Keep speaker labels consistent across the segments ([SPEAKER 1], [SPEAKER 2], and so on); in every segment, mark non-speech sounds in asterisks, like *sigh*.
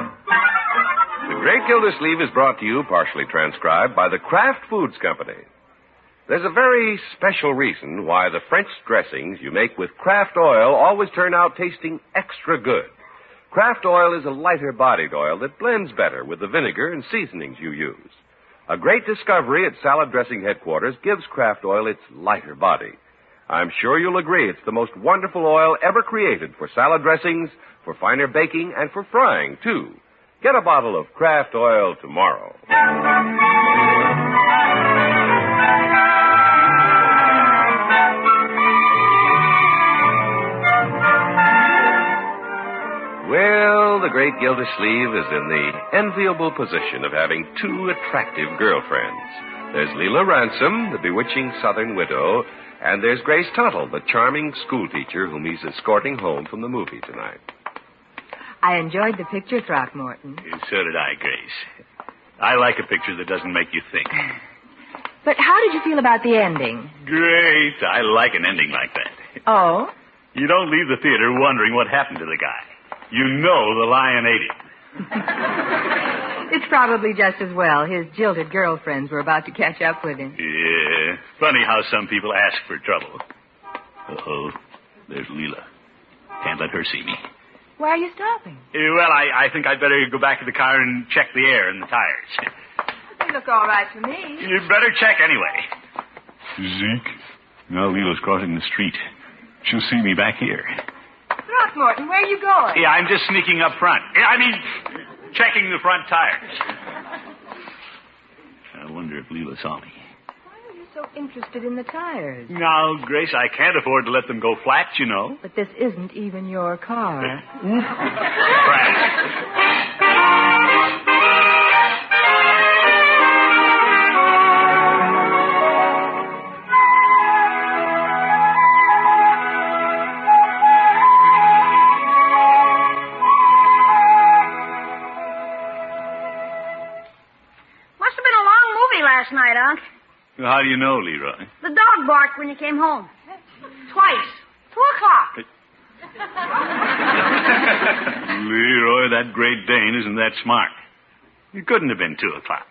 [SPEAKER 1] The Great Gildersleeve is brought to you, partially transcribed, by the Kraft Foods Company. There's a very special reason why the French dressings you make with Kraft oil always turn out tasting extra good. Kraft oil is a lighter bodied oil that blends better with the vinegar and seasonings you use. A great discovery at salad dressing headquarters gives Kraft oil its lighter body. I'm sure you'll agree it's the most wonderful oil ever created for salad dressings, for finer baking, and for frying, too. Get a bottle of Kraft oil tomorrow. Well, the great Gildersleeve is in the enviable position of having two attractive girlfriends. There's Leela Ransom, the bewitching southern widow, and there's Grace Tuttle, the charming schoolteacher whom he's escorting home from the movie tonight.
[SPEAKER 2] I enjoyed the picture, Throckmorton.
[SPEAKER 3] So did I, Grace. I like a picture that doesn't make you think.
[SPEAKER 2] But how did you feel about the ending?
[SPEAKER 3] Great. I like an ending like that. *laughs*
[SPEAKER 2] Oh?
[SPEAKER 3] You don't leave the theater wondering what happened to the guy. You know the lion ate him.
[SPEAKER 2] It's probably just as well. His jilted girlfriends were about to catch up with him.
[SPEAKER 3] Yeah. Funny how some people ask for trouble. Uh-oh. There's Leela. Can't let her see me.
[SPEAKER 2] Why are you stopping?
[SPEAKER 3] Eh, Well, I, I think I'd better go back to the car and check the air and the *laughs* tires.
[SPEAKER 2] They look all right to me.
[SPEAKER 3] You'd better check anyway. Zeke. Now Leela's crossing the street. She'll see me back here.
[SPEAKER 2] Throckmorton, where are you going?
[SPEAKER 3] Yeah, I'm just sneaking up front. Yeah, I mean, checking the front tires. I wonder if Leela saw me.
[SPEAKER 2] Why are you so interested in the tires?
[SPEAKER 3] Now, Grace, I can't afford to let them go flat, you know.
[SPEAKER 2] But this isn't even your car.
[SPEAKER 3] Crash.
[SPEAKER 4] Must have been a long movie last night, Unc.
[SPEAKER 3] How do you know, Leroy?
[SPEAKER 4] The dog barked when you came home. Twice. Two o'clock.
[SPEAKER 3] Leroy, that Great Dane isn't that smart. It couldn't have been 2 o'clock.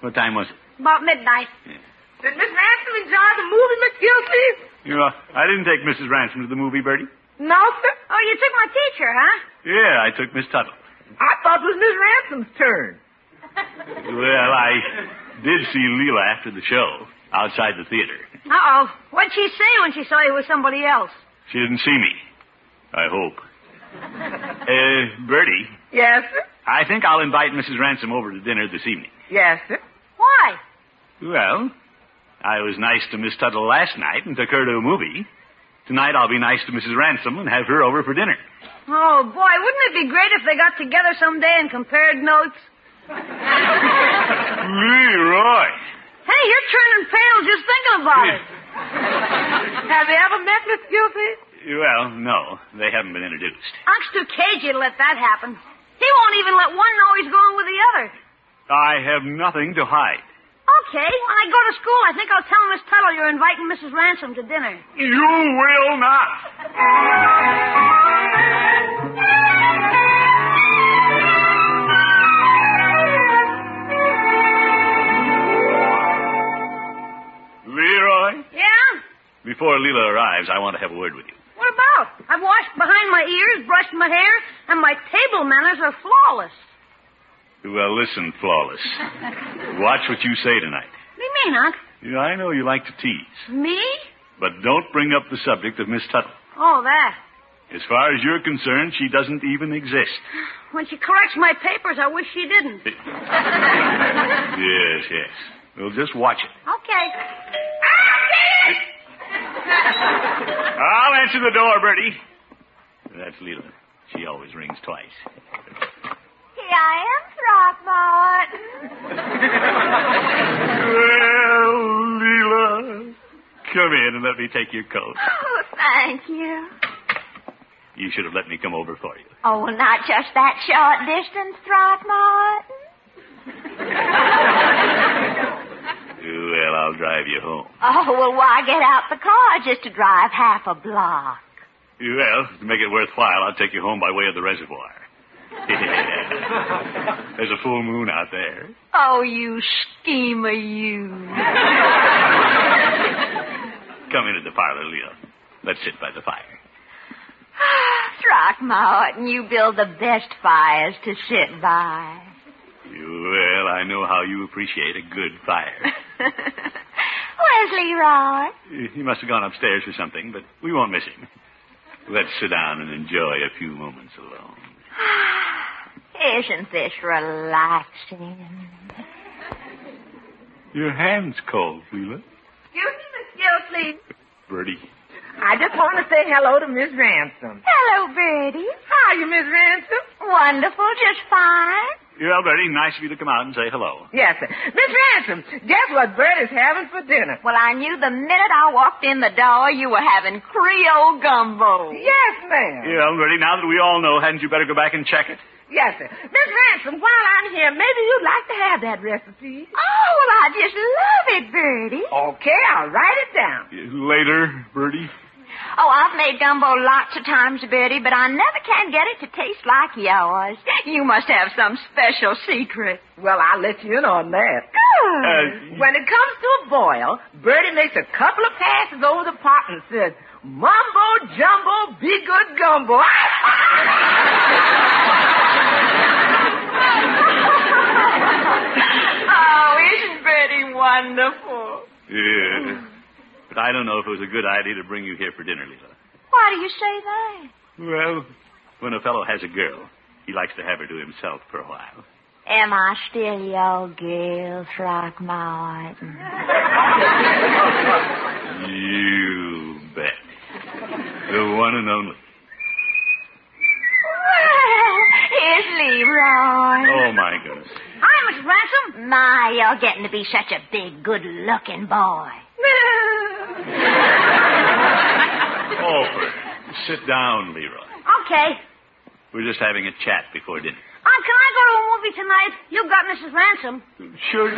[SPEAKER 3] What time was it?
[SPEAKER 4] About midnight.
[SPEAKER 5] Did Miss Ransom enjoy the movie, Miss Gilsey?
[SPEAKER 3] You know, I didn't take Mrs. Ransom to the movie, Bertie.
[SPEAKER 5] No, sir.
[SPEAKER 4] Oh, you took my teacher, huh?
[SPEAKER 3] Yeah, I took Miss Tuttle.
[SPEAKER 5] I thought it was Miss Ransom's turn.
[SPEAKER 3] Well, I did see Leela after the show, outside the theater.
[SPEAKER 4] Uh-oh. What'd she say when she saw you with somebody else?
[SPEAKER 3] She didn't see me. I hope. *laughs* Uh, Bertie,
[SPEAKER 5] Yes, sir.
[SPEAKER 3] I think I'll invite Mrs. Ransom over to dinner this evening.
[SPEAKER 5] Yes, sir.
[SPEAKER 4] Why?
[SPEAKER 3] Well, I was nice to Miss Tuttle last night and took her to a movie. Tonight I'll be nice to Mrs. Ransom and have her over for dinner.
[SPEAKER 4] Oh, boy, wouldn't it be great if they got together someday and compared notes?
[SPEAKER 3] Leroy!
[SPEAKER 4] Hey, you're turning pale just thinking about it.
[SPEAKER 5] *laughs* Have you ever met Miss Gilsey?
[SPEAKER 3] Well, no, they haven't been introduced.
[SPEAKER 4] Unc's too cagey to let that happen. He won't even let one know he's going with the other.
[SPEAKER 3] I have nothing to hide.
[SPEAKER 4] Okay, when I go to school, I think I'll tell Miss Tuttle you're inviting Mrs. Ransom to dinner.
[SPEAKER 3] You will not! Leroy,
[SPEAKER 4] Yeah?
[SPEAKER 3] before Leela arrives, I want to have a word with you.
[SPEAKER 4] What about? I've washed behind my ears, brushed my hair, and my table manners are flawless.
[SPEAKER 3] Well, listen, Flawless. Watch what you say tonight.
[SPEAKER 4] What do you mean, Unc?
[SPEAKER 3] You- I know you like to tease,
[SPEAKER 4] Me?
[SPEAKER 3] but don't bring up the subject of Miss Tuttle.
[SPEAKER 4] Oh, that.
[SPEAKER 3] As far as you're concerned, she doesn't even exist.
[SPEAKER 4] When she corrects my papers, I wish she didn't.
[SPEAKER 3] Yes, yes. Well, just watch it.
[SPEAKER 4] *laughs* Okay.
[SPEAKER 3] I'll answer the door, Bertie. That's Leela. She always rings twice.
[SPEAKER 4] Here I am, Throckmorton.
[SPEAKER 3] Come in and let me take your coat.
[SPEAKER 4] Oh, thank you.
[SPEAKER 3] You should have let me come over for you.
[SPEAKER 4] Oh, well, not just that short distance, Throckmorton.
[SPEAKER 3] Well, I'll drive you home.
[SPEAKER 4] Oh, well, why get out the car just to drive half a block?
[SPEAKER 3] Well, to make it worthwhile, I'll take you home by way of the reservoir. *laughs* There's a full moon out there.
[SPEAKER 2] Oh, you schemer,
[SPEAKER 4] *sighs*
[SPEAKER 2] you.
[SPEAKER 3] Come into the parlor, Leo. Let's sit by the fire.
[SPEAKER 4] Throckmorton, you build the best fires to sit *laughs* by.
[SPEAKER 3] Well, I know how you appreciate a good fire.
[SPEAKER 4] Where's Leroy?
[SPEAKER 3] Uh, He must have gone upstairs or something, but we won't miss him. Let's sit down and enjoy a few moments alone.
[SPEAKER 4] *sighs* Isn't this relaxing?
[SPEAKER 3] Your hand's cold, Leela.
[SPEAKER 5] Excuse me, Miss Gilsleeve.
[SPEAKER 3] Bertie.
[SPEAKER 5] I just want to say hello to Miss Ransom.
[SPEAKER 4] Hello, Bertie.
[SPEAKER 5] How are you, Miss Ransom?
[SPEAKER 4] Wonderful, just fine.
[SPEAKER 3] Yeah, Bertie, nice of you to come out and say hello.
[SPEAKER 5] Yes, sir. Miss Ransom, guess what Bert is having for dinner?
[SPEAKER 4] Well, I knew the minute I walked in the door you were having Creole gumbo.
[SPEAKER 5] Yes, ma'am.
[SPEAKER 3] Yeah, Bertie, now that we all know, hadn't you better go back and check it?
[SPEAKER 5] Yes, sir. Miss Ransom, while I'm here, maybe you'd like to have that recipe.
[SPEAKER 4] Oh, well, I just love it, Bertie.
[SPEAKER 5] Okay, I'll write it down.
[SPEAKER 3] Yeah, Uh, Later, Bertie.
[SPEAKER 4] Oh, I've made gumbo lots of times, Bertie, but I never can get it to taste like yours. You must have some special secret.
[SPEAKER 5] Well, I'll let you in on that.
[SPEAKER 3] Uh,
[SPEAKER 5] When it comes to a boil, Bertie makes a couple of passes over the pot and says, Mumbo jumbo, be good gumbo. *laughs*
[SPEAKER 2] Oh, isn't Bertie wonderful?
[SPEAKER 3] yeah. But I don't know if it was a good idea to bring you here for dinner, Leela.
[SPEAKER 4] Why do you say that?
[SPEAKER 3] Well, when a fellow has a girl, he likes to have her to himself for a while.
[SPEAKER 4] Am I still your girl, Throckmorton?
[SPEAKER 3] You bet. The one and only.
[SPEAKER 4] Well, here's Leroy.
[SPEAKER 3] Oh, my goodness.
[SPEAKER 6] Hi, Miss Ransom.
[SPEAKER 4] My, you're getting to be such a big, good-looking boy.
[SPEAKER 3] Oh, sit down, Leroy.
[SPEAKER 6] Okay.
[SPEAKER 3] We're just having a chat before dinner.
[SPEAKER 4] Oh,
[SPEAKER 6] Uh, can I go to a movie tonight? You got Mrs. Ransom.
[SPEAKER 3] Sure,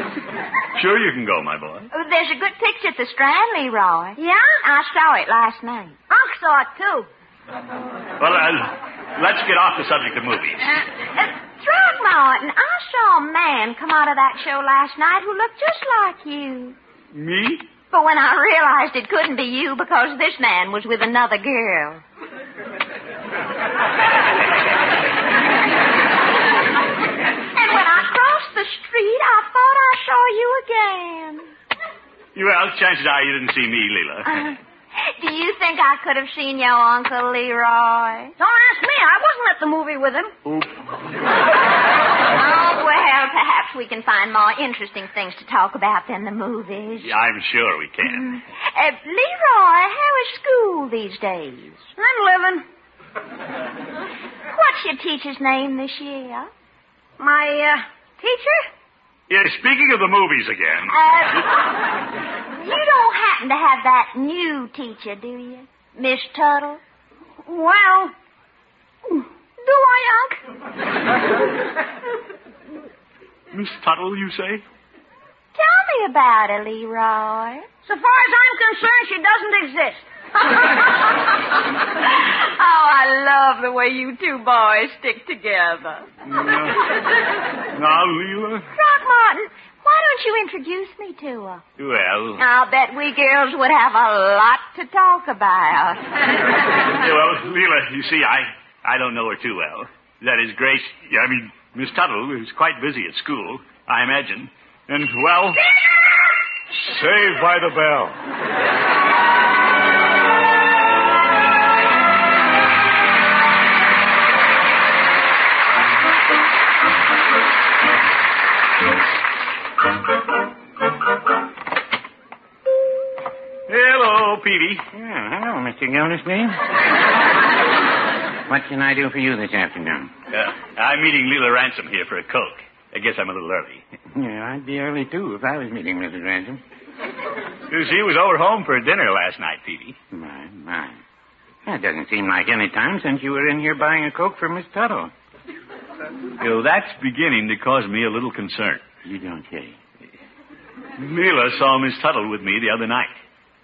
[SPEAKER 3] sure you can go, my boy.
[SPEAKER 4] Oh, There's a good picture at the Strand, Leroy.
[SPEAKER 6] Yeah?
[SPEAKER 4] I saw it last night.
[SPEAKER 6] Unc saw it, too.
[SPEAKER 3] Well, uh, let's get off the subject of movies.
[SPEAKER 4] Uh, uh, Throckmorton, I saw a man come out of that show last night who looked just like you.
[SPEAKER 3] Me?
[SPEAKER 4] But when I realized it couldn't be you because this man was with another girl. and when I crossed the street, I thought I saw you again.
[SPEAKER 3] Well, chances are you didn't see me, Leela.
[SPEAKER 4] Uh, *laughs* do you think I could have seen your Uncle Leroy?
[SPEAKER 6] Don't ask me. I wasn't at the movie with him.
[SPEAKER 4] Oh, well, perhaps we can find more interesting things to talk about than the movies.
[SPEAKER 3] Yeah, I'm sure we can.
[SPEAKER 4] Uh, Leroy, how is school these days?
[SPEAKER 6] I'm living.
[SPEAKER 4] What's your teacher's name this year?
[SPEAKER 6] My, uh, teacher?
[SPEAKER 3] Yeah, speaking of the movies again.
[SPEAKER 4] Uh, you don't happen to have that new teacher, do you? Miss Tuttle?
[SPEAKER 6] Well, do I, Unc?
[SPEAKER 3] Miss Tuttle, you say?
[SPEAKER 4] Tell me about her, Leroy.
[SPEAKER 6] So far as I'm concerned, she doesn't
[SPEAKER 4] *laughs*
[SPEAKER 6] exist.
[SPEAKER 2] Oh, I love the way you two boys stick together.
[SPEAKER 3] No.
[SPEAKER 6] Mm-hmm.
[SPEAKER 3] Now, Leela.
[SPEAKER 4] Throckmorton, why don't you introduce me to her?
[SPEAKER 3] Well,
[SPEAKER 4] I'll bet we girls would have a lot to talk about.
[SPEAKER 3] yeah, well, Leela, you see, I, I don't know her too well. That is Grace. yeah, I mean, Miss Tuttle is quite busy at school, I imagine. And, well. Saved by the bell. Hello, Peavy.
[SPEAKER 7] Yeah, hello, Mr. Gildersleeve. what can I do for you this afternoon?
[SPEAKER 3] Uh, I'm meeting Leela Ransom here for a Coke. I guess I'm a little early.
[SPEAKER 7] Yeah, I'd be early, too, if I was meeting Mrs. Ransom.
[SPEAKER 3] She was over home for dinner last night, Peavy.
[SPEAKER 7] My, my. That doesn't seem like any time since you were in here buying a Coke for Miss Tuttle.
[SPEAKER 3] You know, that's beginning to cause me a little concern.
[SPEAKER 7] You don't say.
[SPEAKER 3] Mila saw Miss Tuttle with me the other night.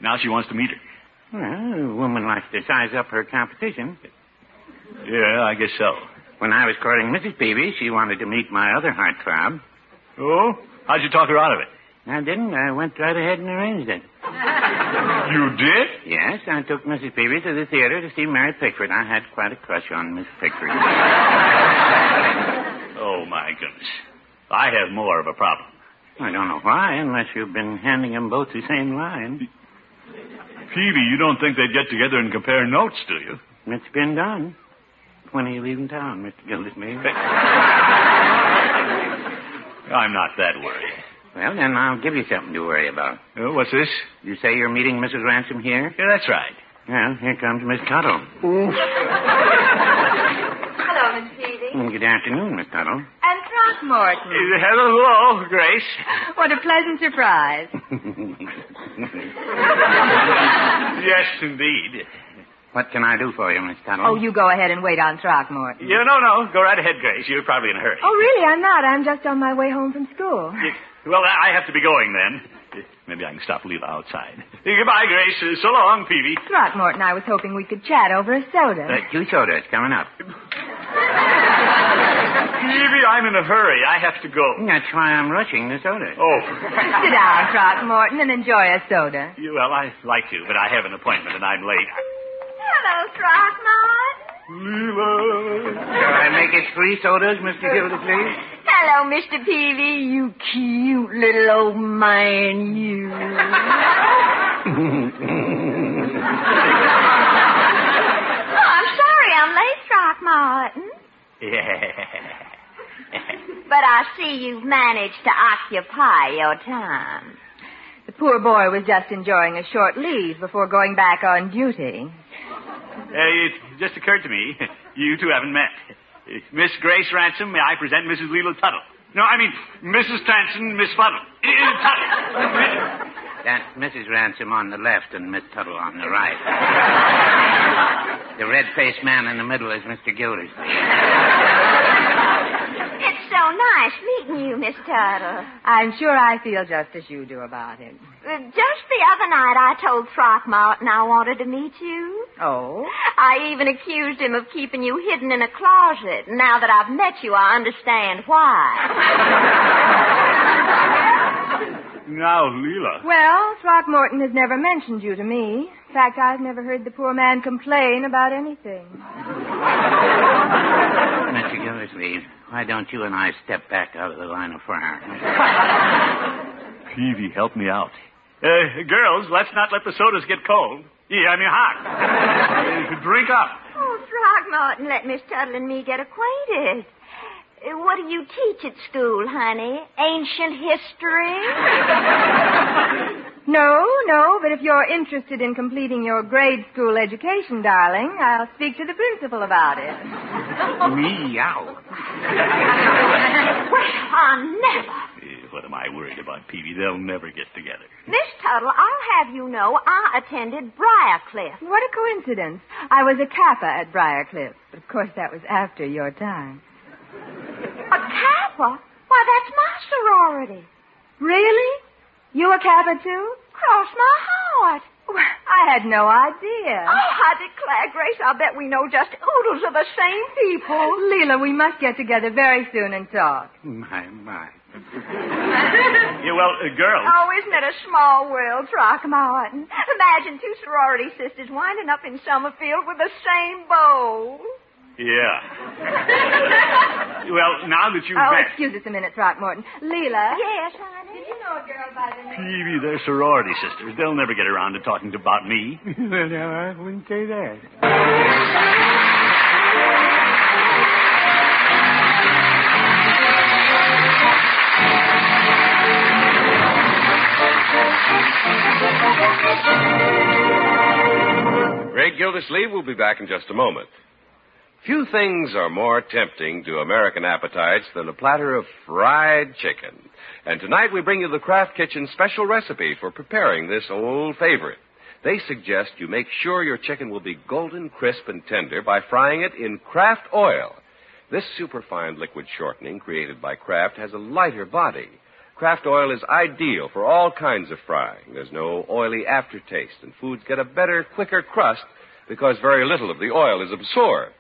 [SPEAKER 3] Now she wants to meet her.
[SPEAKER 7] Well, a woman likes to size up her competition.
[SPEAKER 3] Yeah, I guess so.
[SPEAKER 7] When I was courting Mrs. Peavy, she wanted to meet my other heartthrob.
[SPEAKER 3] Oh? How'd you talk her out of it?
[SPEAKER 7] I didn't. I went right ahead and arranged it.
[SPEAKER 3] You did?
[SPEAKER 7] Yes, I took Mrs. Peavy to the theater to see Mary Pickford. I had quite a crush on Miss Pickford.
[SPEAKER 3] Oh, my goodness. I have more of a problem.
[SPEAKER 7] I don't know why, unless you've been handing them both the same line.
[SPEAKER 3] Peavy, you don't think they'd get together and compare notes, do you?
[SPEAKER 7] It's been done. When are you leaving town, Mr. Gildersleeve?
[SPEAKER 3] I'm not that worried.
[SPEAKER 7] Well, then I'll give you something to worry about.
[SPEAKER 3] Oh, what's this?
[SPEAKER 7] You say you're meeting Mrs. Ransom here?
[SPEAKER 3] Yeah, that's right.
[SPEAKER 7] Well, here comes Miss Tuttle.
[SPEAKER 4] Hello, Miss Peavy.
[SPEAKER 7] Mm, Good afternoon, Miss Tuttle.
[SPEAKER 2] And Throckmorton.
[SPEAKER 3] Hello, Grace.
[SPEAKER 2] What a pleasant surprise.
[SPEAKER 3] *laughs* Yes, indeed.
[SPEAKER 7] what can I do for you, Miss Tuttle?
[SPEAKER 2] Oh, you go ahead and wait on Throckmorton.
[SPEAKER 3] Yeah, no, no. Go right ahead, Grace. You're probably in a hurry.
[SPEAKER 2] Oh, really? I'm not. I'm just on my way home from school.
[SPEAKER 3] Well, I I have to be going then. Maybe I can stop Leela outside. Goodbye, Grace. Uh, So long, Peavy.
[SPEAKER 2] Throckmorton, I was hoping we could chat over a soda.
[SPEAKER 7] Uh, two sodas coming up.
[SPEAKER 3] Peavy, I'm in a hurry. I have to go.
[SPEAKER 7] That's why I'm rushing the sodas.
[SPEAKER 3] Oh,
[SPEAKER 2] Sit down, Throckmorton, and enjoy a soda.
[SPEAKER 3] you- well, I like to, but I have an appointment and I'm late.
[SPEAKER 4] Hello, Throckmorton.
[SPEAKER 3] Leela.
[SPEAKER 7] Shall I make it three sodas, Mr. Gildersleeve?
[SPEAKER 4] Hello, Mr. Peavy. You cute little old man, you. Oh, I'm sorry I'm late, Throckmorton. But I see you've managed to occupy your time.
[SPEAKER 2] The poor boy was just enjoying a short leave before going back on duty.
[SPEAKER 3] Hey, it just occurred to me you two haven't met. Uh, Miss Grace Ransom, may I present Mrs. Leela Tuttle? No, I mean Mrs. Tanson, Miss Fuddle. Uh,
[SPEAKER 2] *laughs*
[SPEAKER 3] Tuttle.
[SPEAKER 7] That's Mrs. Ransom on the left and Miss Tuttle on the right. the red-faced man in the middle is Mr. Gildersleeve.
[SPEAKER 4] It's so nice meeting you, Miss Tuttle.
[SPEAKER 2] I'm sure I feel just as you do about it.
[SPEAKER 4] Uh, Just the other night, I told Throckmorton I wanted to meet you.
[SPEAKER 2] Oh?
[SPEAKER 4] I even accused him of keeping you hidden in a closet. Now that I've met you, I understand why.
[SPEAKER 3] Now, Leela.
[SPEAKER 2] Well, Throckmorton has never mentioned you to me. In fact, I've never heard the poor man complain about anything.
[SPEAKER 7] Mr. Gildersleeve, why don't you and I step back out of the line of fire?
[SPEAKER 3] Peavy, help me out. Uh, girls, let's not let the sodas get cold. Yeah, I mean hot. Uh, drink up.
[SPEAKER 4] Oh, Throckmorton, let Miss Tuttle and me get acquainted. Uh, What do you teach at school, honey? Ancient history?
[SPEAKER 2] No, no, but if you're interested in completing your grade school education, darling, I'll speak to the principal about it.
[SPEAKER 7] Meow.
[SPEAKER 4] well, I never.
[SPEAKER 3] Uh, what am I worried about, Peavy? They'll never get together.
[SPEAKER 4] Miss Tuttle, I'll have you know I attended Briarcliff.
[SPEAKER 2] What a coincidence. I was a Kappa at Briarcliff, but of course that was after your time.
[SPEAKER 4] A Kappa? Why, that's my sorority.
[SPEAKER 2] Really? You a Kappa too?
[SPEAKER 4] Cross my heart.
[SPEAKER 2] Well, I had no idea.
[SPEAKER 4] Oh, I declare, Grace, I bet we know just oodles of the same people.
[SPEAKER 2] Leela, we must get together very soon and talk.
[SPEAKER 7] My, my.
[SPEAKER 3] Yeah, well, uh, girls.
[SPEAKER 4] Oh, isn't it a small world, Throckmorton? Imagine two sorority sisters winding up in Summerfield with the same bowl.
[SPEAKER 3] Yeah. well, now that you've
[SPEAKER 2] Oh,
[SPEAKER 3] met
[SPEAKER 2] excuse us a minute, Throckmorton. Leela.
[SPEAKER 4] Yes, honey. Did you know a girl by the name?
[SPEAKER 3] Peavy, they're sorority sisters. They'll never get around to talking about me.
[SPEAKER 7] well, now, I wouldn't say that.
[SPEAKER 1] Ray Gildersleeve will be back in just a moment. Few things are more tempting to American appetites than a platter of fried chicken. And tonight we bring you the Kraft Kitchen special recipe for preparing this old favorite. They suggest you make sure your chicken will be golden crisp and tender by frying it in Kraft oil. This superfine liquid shortening created by Kraft has a lighter body. Kraft oil is ideal for all kinds of frying. There's no oily aftertaste, and foods get a better, quicker crust because very little of the oil is absorbed.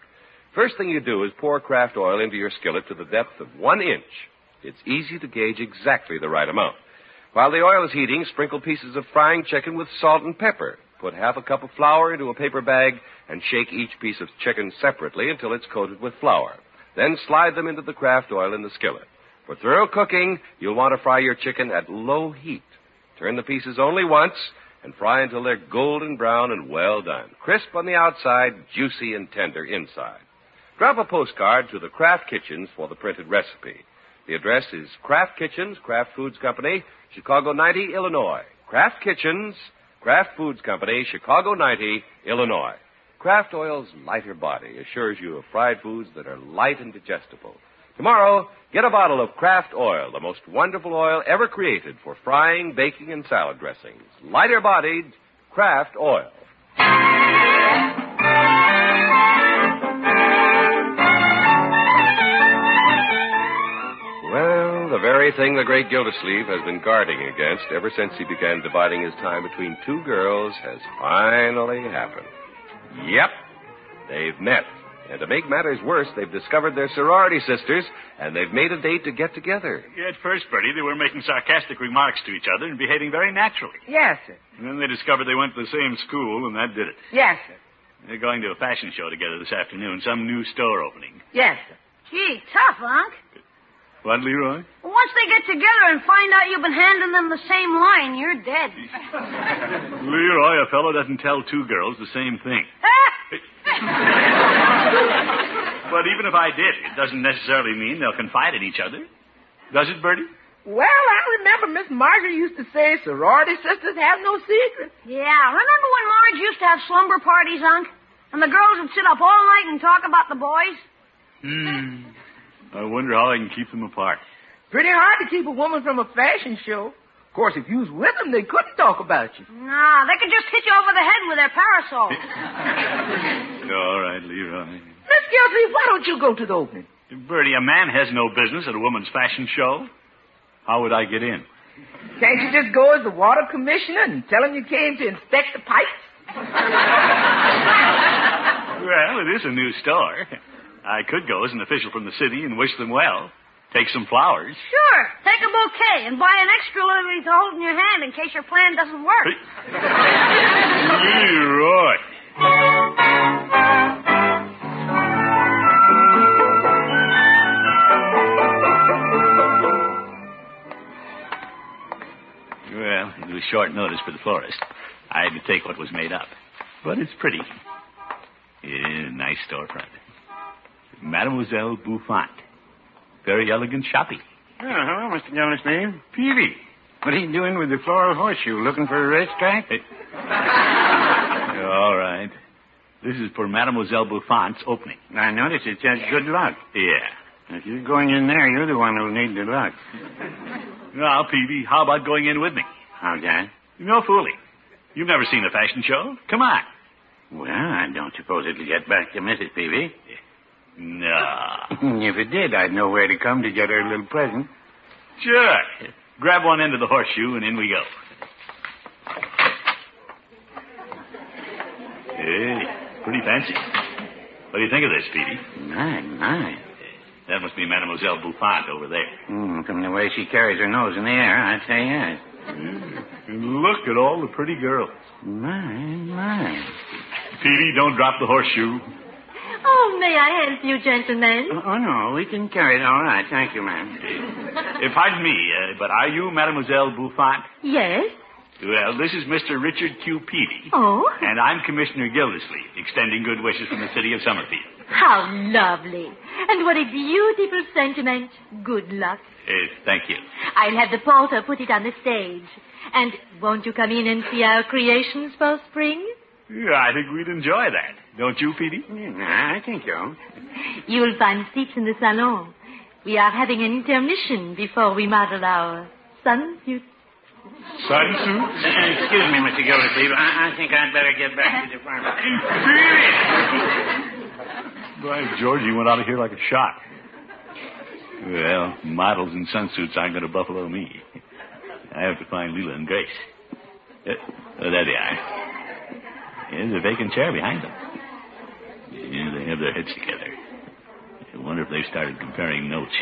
[SPEAKER 1] First thing you do is pour Kraft oil into your skillet to the depth of one inch. It's easy to gauge exactly the right amount. While the oil is heating, sprinkle pieces of frying chicken with salt and pepper. Put half a cup of flour into a paper bag and shake each piece of chicken separately until it's coated with flour. Then slide them into the Kraft oil in the skillet. For thorough cooking, you'll want to fry your chicken at low heat. Turn the pieces only once and fry until they're golden brown and well done. Crisp on the outside, juicy and tender inside. Drop a postcard to the Kraft Kitchens for the printed recipe. The address is Kraft Kitchens, Kraft Foods Company, Chicago 90, Illinois. Kraft Kitchens, Kraft Foods Company, Chicago 90, Illinois. Kraft Oil's lighter body assures you of fried foods that are light and digestible. Tomorrow, get a bottle of Kraft Oil, the most wonderful oil ever created for frying, baking, and salad dressings. Lighter bodied Kraft Oil. Well, the very thing the great Gildersleeve has been guarding against ever since he began dividing his time between two girls has finally happened. Yep, they've met. And to make matters worse, they've discovered they're sorority sisters, and they've made a date to get together.
[SPEAKER 3] At first, Bertie, they were making sarcastic remarks to each other and behaving very naturally.
[SPEAKER 2] Yes, sir.
[SPEAKER 3] And then they discovered they went to the same school, and that did it.
[SPEAKER 2] Yes, sir.
[SPEAKER 3] They're going to a fashion show together this afternoon, some new store opening.
[SPEAKER 2] Yes, sir.
[SPEAKER 4] Gee, tough, Unc.
[SPEAKER 3] What, Leroy?
[SPEAKER 4] Once they get together and find out you've been handing them the same line, you're dead.
[SPEAKER 3] Leroy, a fellow doesn't tell two girls the same thing. But even if I did, it doesn't necessarily mean they'll confide in each other. Does it, Bertie?
[SPEAKER 2] Well, I remember Miss Marjorie used to say sorority sisters have no secrets.
[SPEAKER 4] yeah, remember when Marge used to have slumber parties, Unc? And the girls would sit up all night and talk about the boys?
[SPEAKER 3] Hmm. I wonder how I can keep them apart.
[SPEAKER 2] Pretty hard to keep a woman from a fashion show. Of course, if you was with them, they couldn't talk about you.
[SPEAKER 4] Nah, they could just hit you over the head with their parasol.
[SPEAKER 3] All right, Leroy.
[SPEAKER 2] Miss Gildersleeve, why don't you go to the opening?
[SPEAKER 3] Bertie, a man has no business at a woman's fashion show. How would I get in?
[SPEAKER 2] Can't you just go as the water commissioner and tell him you came to inspect the pipes?
[SPEAKER 3] Well, it is a new store. I could go as an official from the city and wish them well. Take some flowers.
[SPEAKER 4] Sure, take a bouquet and buy an extra lily to hold in your hand in case your plan doesn't work.
[SPEAKER 3] Leroy. Well, it was short notice for the florist. I had to take what was made up. But it's pretty. Yeah, nice storefront. Mademoiselle Bouffant. Very elegant shoppy.
[SPEAKER 7] Oh, hello, Mr. Gildersleeve. Peavy. What are you doing with the floral horseshoe? Looking for a racetrack?
[SPEAKER 3] *laughs* All right. This is for Mademoiselle Bouffant's opening.
[SPEAKER 7] I notice it says good luck.
[SPEAKER 3] Yeah.
[SPEAKER 7] If you're going in there, you're the one who'll need the luck.
[SPEAKER 3] Now, Peavy, how about going in with me?
[SPEAKER 7] How's that?
[SPEAKER 3] No fooling. You've never seen a fashion show? Come on.
[SPEAKER 7] Well, I don't suppose it'll get back to Mrs. Peavy.
[SPEAKER 3] No.
[SPEAKER 7] *laughs* if it did, I'd know where to come to get her a little present.
[SPEAKER 3] Sure. Grab one end of the horseshoe, and in we go. Hey, pretty fancy. What do you think of this, Peavy?
[SPEAKER 7] My, my.
[SPEAKER 3] That must be Mademoiselle Bouffant over there.
[SPEAKER 7] Mm, from the way she carries her nose in the air, I'd say yes.
[SPEAKER 3] And look at all the pretty girls.
[SPEAKER 7] My, my.
[SPEAKER 3] Peavy, don't drop the horseshoe.
[SPEAKER 4] Oh, may I help you, gentlemen?
[SPEAKER 7] Oh, oh, no, we can carry it all right. Thank you, ma'am.
[SPEAKER 3] Eh, pardon me, uh, but are you Mademoiselle Bouffant?
[SPEAKER 4] Yes.
[SPEAKER 3] Well, this is Mr. Richard Q. Peavy.
[SPEAKER 4] Oh,
[SPEAKER 3] And I'm Commissioner Gildersleeve, extending good wishes from the city of Summerfield.
[SPEAKER 4] how lovely. And what a beautiful sentiment. Good luck.
[SPEAKER 3] Uh, thank you.
[SPEAKER 4] I'll have the porter put it on the stage. And won't you come in and see our creations for spring?
[SPEAKER 3] Yeah, I think we'd enjoy that. Don't you, Petey?
[SPEAKER 7] Yeah, I think so.
[SPEAKER 4] You'll find seats in the salon.
[SPEAKER 6] We are having an intermission before we model our sun suit.
[SPEAKER 3] Sun suits?
[SPEAKER 7] Excuse me, Mr. Gildersleeve. I, I think I'd better get back to the department.
[SPEAKER 3] By George, you went out of here like a shot. Well, models in sunsuits aren't going to buffalo me. I have to find Leela and Grace. Uh, oh, there they are. There's a vacant chair behind them. Yeah, they have their heads together. I wonder if they've started comparing notes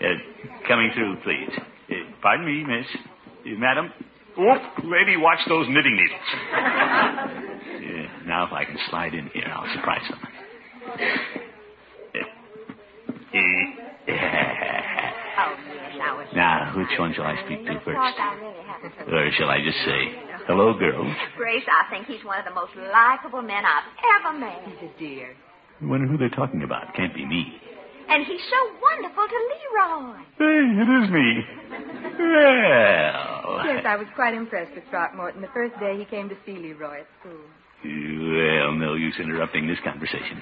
[SPEAKER 3] yet. Uh, coming through, please. Uh, pardon me, miss. Uh, madam. Oop, lady, watch those knitting needles. Yeah, now if I can slide in here, I'll surprise them. now, which one shall I speak to first?
[SPEAKER 4] I really haven't heard.
[SPEAKER 3] Or shall I just say, hello, girls?
[SPEAKER 4] Grace, I think he's one of the most likable men I've ever met.
[SPEAKER 5] He's a dear.
[SPEAKER 3] I wonder who they're talking about. Can't be me.
[SPEAKER 4] And he's so wonderful to Leroy.
[SPEAKER 3] Hey, it is me. Well.
[SPEAKER 2] Yes, I was quite impressed with Throckmorton the first day he came to see Leroy at school.
[SPEAKER 3] Well, no use interrupting this conversation.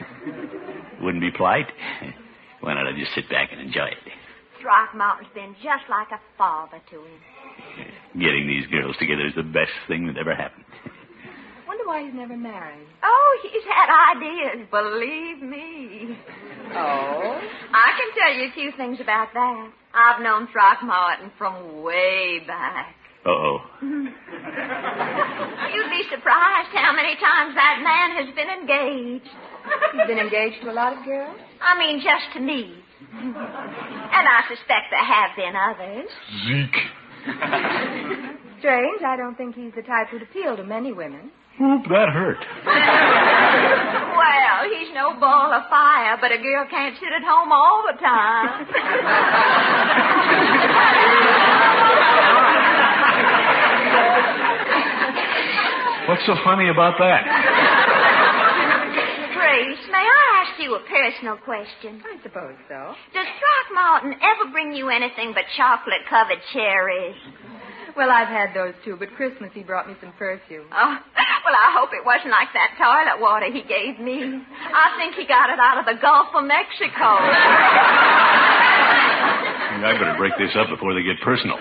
[SPEAKER 3] Wouldn't be polite. Why not I just sit back and enjoy it?
[SPEAKER 4] Throckmorton's been just like a father to him.
[SPEAKER 3] Getting these girls together is the best thing that ever happened.
[SPEAKER 2] Wonder why he's never married.
[SPEAKER 4] Oh, he's had ideas, believe me.
[SPEAKER 5] Oh?
[SPEAKER 4] I can tell you a few things about that. I've known Throckmorton from way back. *laughs*
[SPEAKER 3] Uh-oh.
[SPEAKER 4] You'd be surprised how many times that man has been engaged.
[SPEAKER 2] He's been
[SPEAKER 4] *laughs*
[SPEAKER 2] engaged to a lot of girls.
[SPEAKER 4] I mean, just to me. and I suspect there have been others.
[SPEAKER 3] Zeke.
[SPEAKER 2] Strange, I don't think he's the type who'd appeal to many women.
[SPEAKER 3] Oop, that hurt.
[SPEAKER 4] Well, he's no ball of fire, but a girl can't sit at home all the time.
[SPEAKER 3] What's so funny about that?
[SPEAKER 4] Grace, may I ask you a personal question?
[SPEAKER 2] I suppose so.
[SPEAKER 4] Does Throckmorton ever bring you anything but chocolate covered cherries?
[SPEAKER 2] *laughs* Well, I've had those too, but Christmas he brought me some perfume.
[SPEAKER 4] Oh, well, I hope it wasn't like that toilet water he gave me. I think he got it out of the Gulf of Mexico.
[SPEAKER 3] I better break this up before they get personal.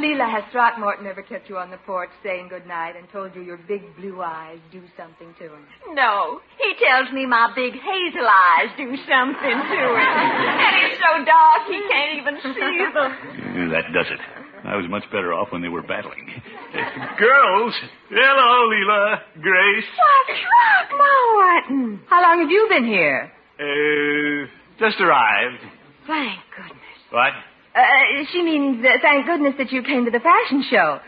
[SPEAKER 2] Leela, has Throckmorton ever kept you on the porch saying goodnight and told you your big blue eyes do something to *laughs* him?
[SPEAKER 4] No, he tells me my big hazel eyes do something to him. And it's so dark he can't even
[SPEAKER 2] *laughs*
[SPEAKER 4] see them.
[SPEAKER 3] Yeah, That does it. I was much better off when they were battling. Girls! Hello, Leela. Grace.
[SPEAKER 4] Why, Throckmorton!
[SPEAKER 2] How long have you been here?
[SPEAKER 3] Uh, just arrived.
[SPEAKER 2] Thank goodness.
[SPEAKER 3] What?
[SPEAKER 2] Uh, she means uh, thank goodness that you came to the fashion show.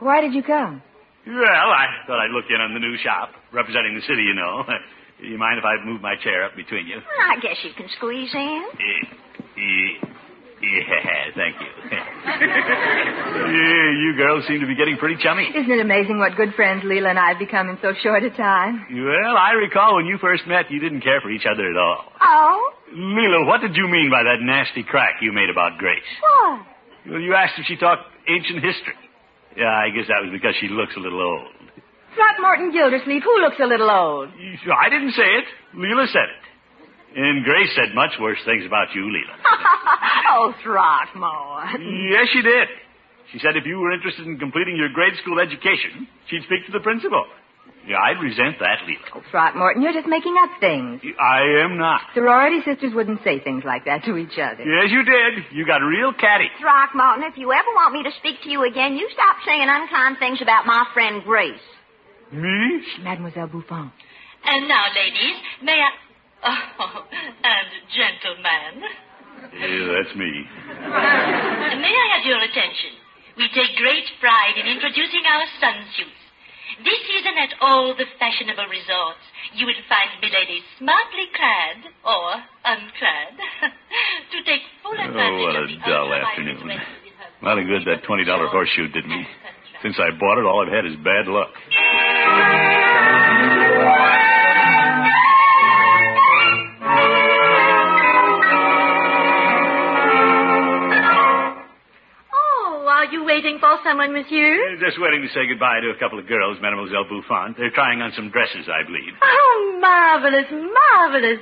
[SPEAKER 2] Why did you come?
[SPEAKER 3] Well, I thought I'd look in on the new shop, representing the city, you know. *laughs* You mind if I move my chair up between you?
[SPEAKER 4] Well, I guess you can squeeze in.
[SPEAKER 3] Eh, eh, Yeah, *laughs* thank you. yeah, you girls seem to be getting pretty chummy.
[SPEAKER 2] Isn't it amazing what good friends Leela and I have become in so short a time?
[SPEAKER 3] Well, I recall when you first met, you didn't care for each other at all.
[SPEAKER 4] Oh,
[SPEAKER 3] Leela, what did you mean by that nasty crack you made about Grace?
[SPEAKER 4] what?
[SPEAKER 3] Well, you asked if she talked ancient history. Yeah, I guess that was because she looks a little old.
[SPEAKER 2] Throckmorton Gildersleeve, who looks a little *laughs* old?
[SPEAKER 3] You- I didn't say it. Leela said it. And Grace said much worse things about you, Leela.
[SPEAKER 4] oh, Throckmorton.
[SPEAKER 3] yes, she did. She said if you were interested in completing your grade school education, she'd speak to the principal. Yeah, I'd resent that, Leela.
[SPEAKER 2] Throckmorton, Oh, you're just making up things.
[SPEAKER 3] I am not.
[SPEAKER 2] Sorority sisters wouldn't say things like that to each other.
[SPEAKER 3] Yes, you did. You got real catty.
[SPEAKER 4] Throckmorton, if you ever want me to speak to you again, you stop saying unkind things about my friend Grace.
[SPEAKER 3] Me?
[SPEAKER 2] Mademoiselle Buffon.
[SPEAKER 6] And now, ladies, may I. Oh, and gentlemen.
[SPEAKER 3] Yeah, that's me.
[SPEAKER 6] May I have your attention? We take great pride in introducing our sunsuits. This season at all the fashionable resorts, you will find miladies smartly clad or unclad to take full
[SPEAKER 3] Oh,
[SPEAKER 6] advantage
[SPEAKER 3] what a
[SPEAKER 6] of the
[SPEAKER 3] dull
[SPEAKER 6] ultraviolet
[SPEAKER 3] afternoon.
[SPEAKER 6] rays in her
[SPEAKER 3] Not a good that $20 horseshoe did me. Since I bought it, all I've had is bad luck.
[SPEAKER 6] Oh, are you waiting for someone, monsieur?
[SPEAKER 3] Just waiting to say goodbye to a couple of girls, Mademoiselle Buffon. They're trying on some dresses, I believe.
[SPEAKER 6] Oh, marvelous, marvelous.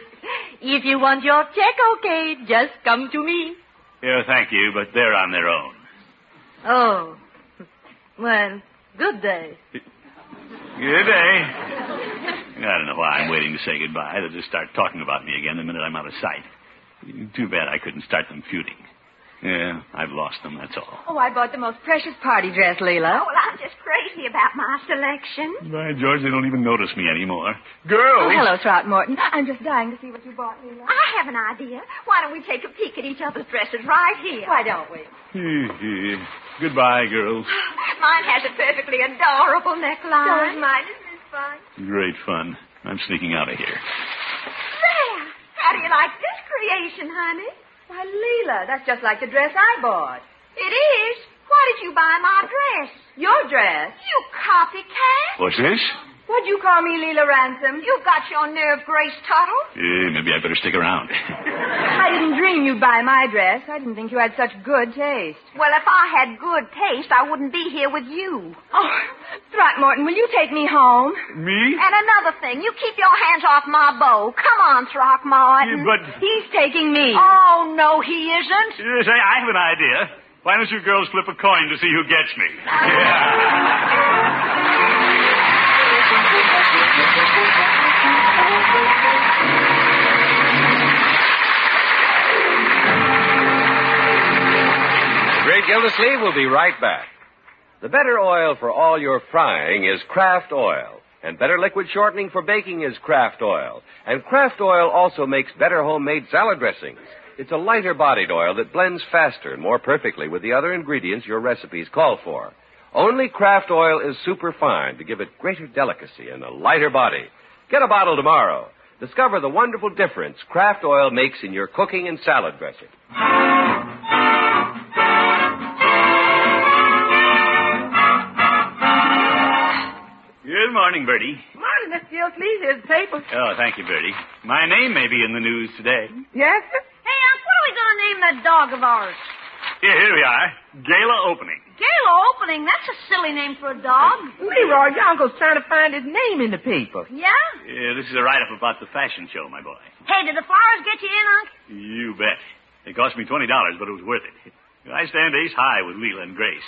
[SPEAKER 6] If you want your check, okay, just come to me.
[SPEAKER 3] Yeah, thank you, but they're on their own.
[SPEAKER 6] Oh. Well, good day.
[SPEAKER 3] Good day. I don't know why I'm waiting to say goodbye. They'll just start talking about me again the minute I'm out of sight. Too bad I couldn't start them feuding. Yeah, I've lost them, that's all.
[SPEAKER 2] Oh, I bought the most precious party dress, Leela.
[SPEAKER 4] Well, I'm just crazy about my selection.
[SPEAKER 3] By George, they don't even notice me anymore.
[SPEAKER 2] Oh,
[SPEAKER 3] Girls!
[SPEAKER 2] hello, Throckmorton. I'm just dying to see what you bought, Leela.
[SPEAKER 4] I have an idea. Why don't we take a peek at each other's dresses right here?
[SPEAKER 2] Why don't we?
[SPEAKER 3] Goodbye, girls.
[SPEAKER 4] Mine has a perfectly adorable neckline.
[SPEAKER 2] Don't
[SPEAKER 4] mine. Isn't this fun?
[SPEAKER 3] Great fun. I'm sneaking out of here.
[SPEAKER 4] There. How do you like this creation, honey?
[SPEAKER 2] Why, Leela, that's just like the dress I bought.
[SPEAKER 4] It is. Why did you buy my dress?
[SPEAKER 2] Your dress.
[SPEAKER 4] You copycat.
[SPEAKER 3] What's this?
[SPEAKER 2] What'd you call me, Leela Ransom? You...
[SPEAKER 4] You got your nerve, Grace Tuttle.
[SPEAKER 3] Eh, maybe I better stick around.
[SPEAKER 2] I didn't dream you'd buy my dress. I didn't think you had such good taste.
[SPEAKER 4] Well, if I had good taste, I wouldn't be here with you.
[SPEAKER 2] Oh, Throckmorton, will you take me home?
[SPEAKER 3] *laughs* me?
[SPEAKER 4] And another thing, you keep your hands off my bow. Come on, Throckmorton.
[SPEAKER 3] But,
[SPEAKER 2] He's taking me.
[SPEAKER 4] Oh, no, he isn't.
[SPEAKER 3] yes, I, I have an idea. Why don't you girls flip a coin to see who gets *laughs* me?
[SPEAKER 1] The Great Gildersleeve will be right back. The better oil for all your frying is Kraft Oil, and better liquid shortening for baking is Kraft Oil. And Kraft Oil also makes better homemade salad dressings. It's a lighter bodied oil that blends faster and more perfectly with the other ingredients your recipes call for. Only Kraft Oil is super fine to give it greater delicacy and a lighter body. Get a bottle tomorrow. Discover the wonderful difference Kraft Oil makes in your cooking and salad dressing.
[SPEAKER 3] Good morning, Bertie.
[SPEAKER 5] Morning, Miss Gilsleeve. Here's the paper.
[SPEAKER 3] Oh, thank you, Bertie. My name may be in the news today.
[SPEAKER 5] Yes, sir.
[SPEAKER 4] Hey, Unc, what are we going to name that dog of ours?
[SPEAKER 3] Here, here we are. Gala opening.
[SPEAKER 4] Gala Opening. That's a silly name for a dog.
[SPEAKER 5] Leroy, your uncle's trying to find his name in the paper.
[SPEAKER 4] Yeah?
[SPEAKER 3] Yeah, Eh, this is a write-up about the fashion show, my boy.
[SPEAKER 4] Hey, did the flowers get you in, Unc?
[SPEAKER 3] You bet. It cost me $20, but it was worth it. I stand ace high with Leela and Grace.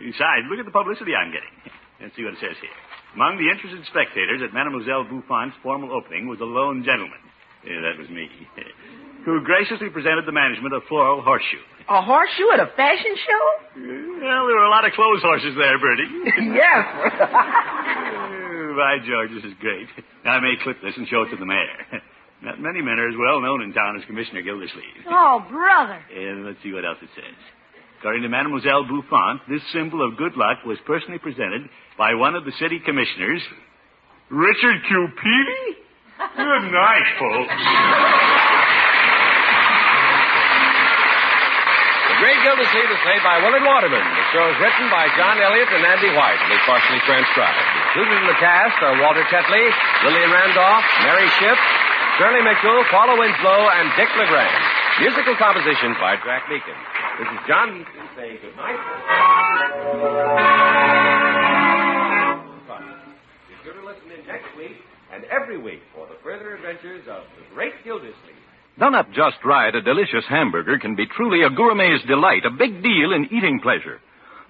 [SPEAKER 3] Besides, look at the publicity I'm getting. Let's see what it says here. Among the interested spectators at Mademoiselle Buffon's formal opening was a lone gentleman. Yeah, that was me. *laughs* Who graciously presented the management of Floral Horseshoe.
[SPEAKER 5] A horseshoe at a fashion show?
[SPEAKER 3] Well, there were a lot of clothes horses there, Bertie.
[SPEAKER 5] Yes, sir.
[SPEAKER 3] Oh, *laughs* By George, this is great. I may clip this and show it to the mayor. *laughs* Not many men are as well known in town as Commissioner Gildersleeve.
[SPEAKER 4] Oh, brother.
[SPEAKER 3] And let's see what else it says. According to Mademoiselle Buffon, this symbol of good luck was personally presented by one of the city commissioners, Richard Q. Peavy? Good night, folks.
[SPEAKER 1] The Great Gildersleeve is played by Willard Waterman. The show is written by John Elliott and Andy White and is partially transcribed. Included in the cast are Walter Tetley, Lillian Randolph, Mary Shipp, Shirley McDool, Paula Winslow, and Dick LeGrand. Musical compositions by Jack Meakin. This is John Meakin saying good night. Be sure to listen in next week and every week for the further adventures of the Great Gildersleeve.
[SPEAKER 8] Done up just right, a delicious hamburger can be truly a gourmet's delight, a big deal in eating pleasure.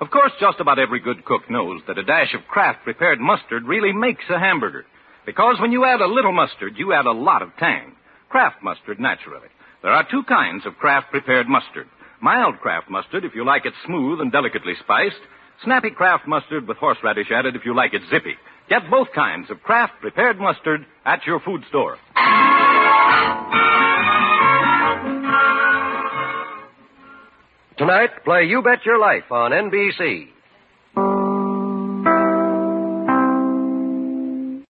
[SPEAKER 8] Of course, just about every good cook knows that a dash of Kraft prepared mustard really makes a hamburger. Because when you add a little mustard, you add a lot of tang. Kraft mustard, naturally. There are two kinds of Kraft prepared mustard. Mild Kraft mustard if you like it smooth and delicately spiced. Snappy Kraft mustard with horseradish added if you like it zippy. Get both kinds of Kraft prepared mustard at your food store.
[SPEAKER 1] Tonight, play You Bet Your Life on NBC.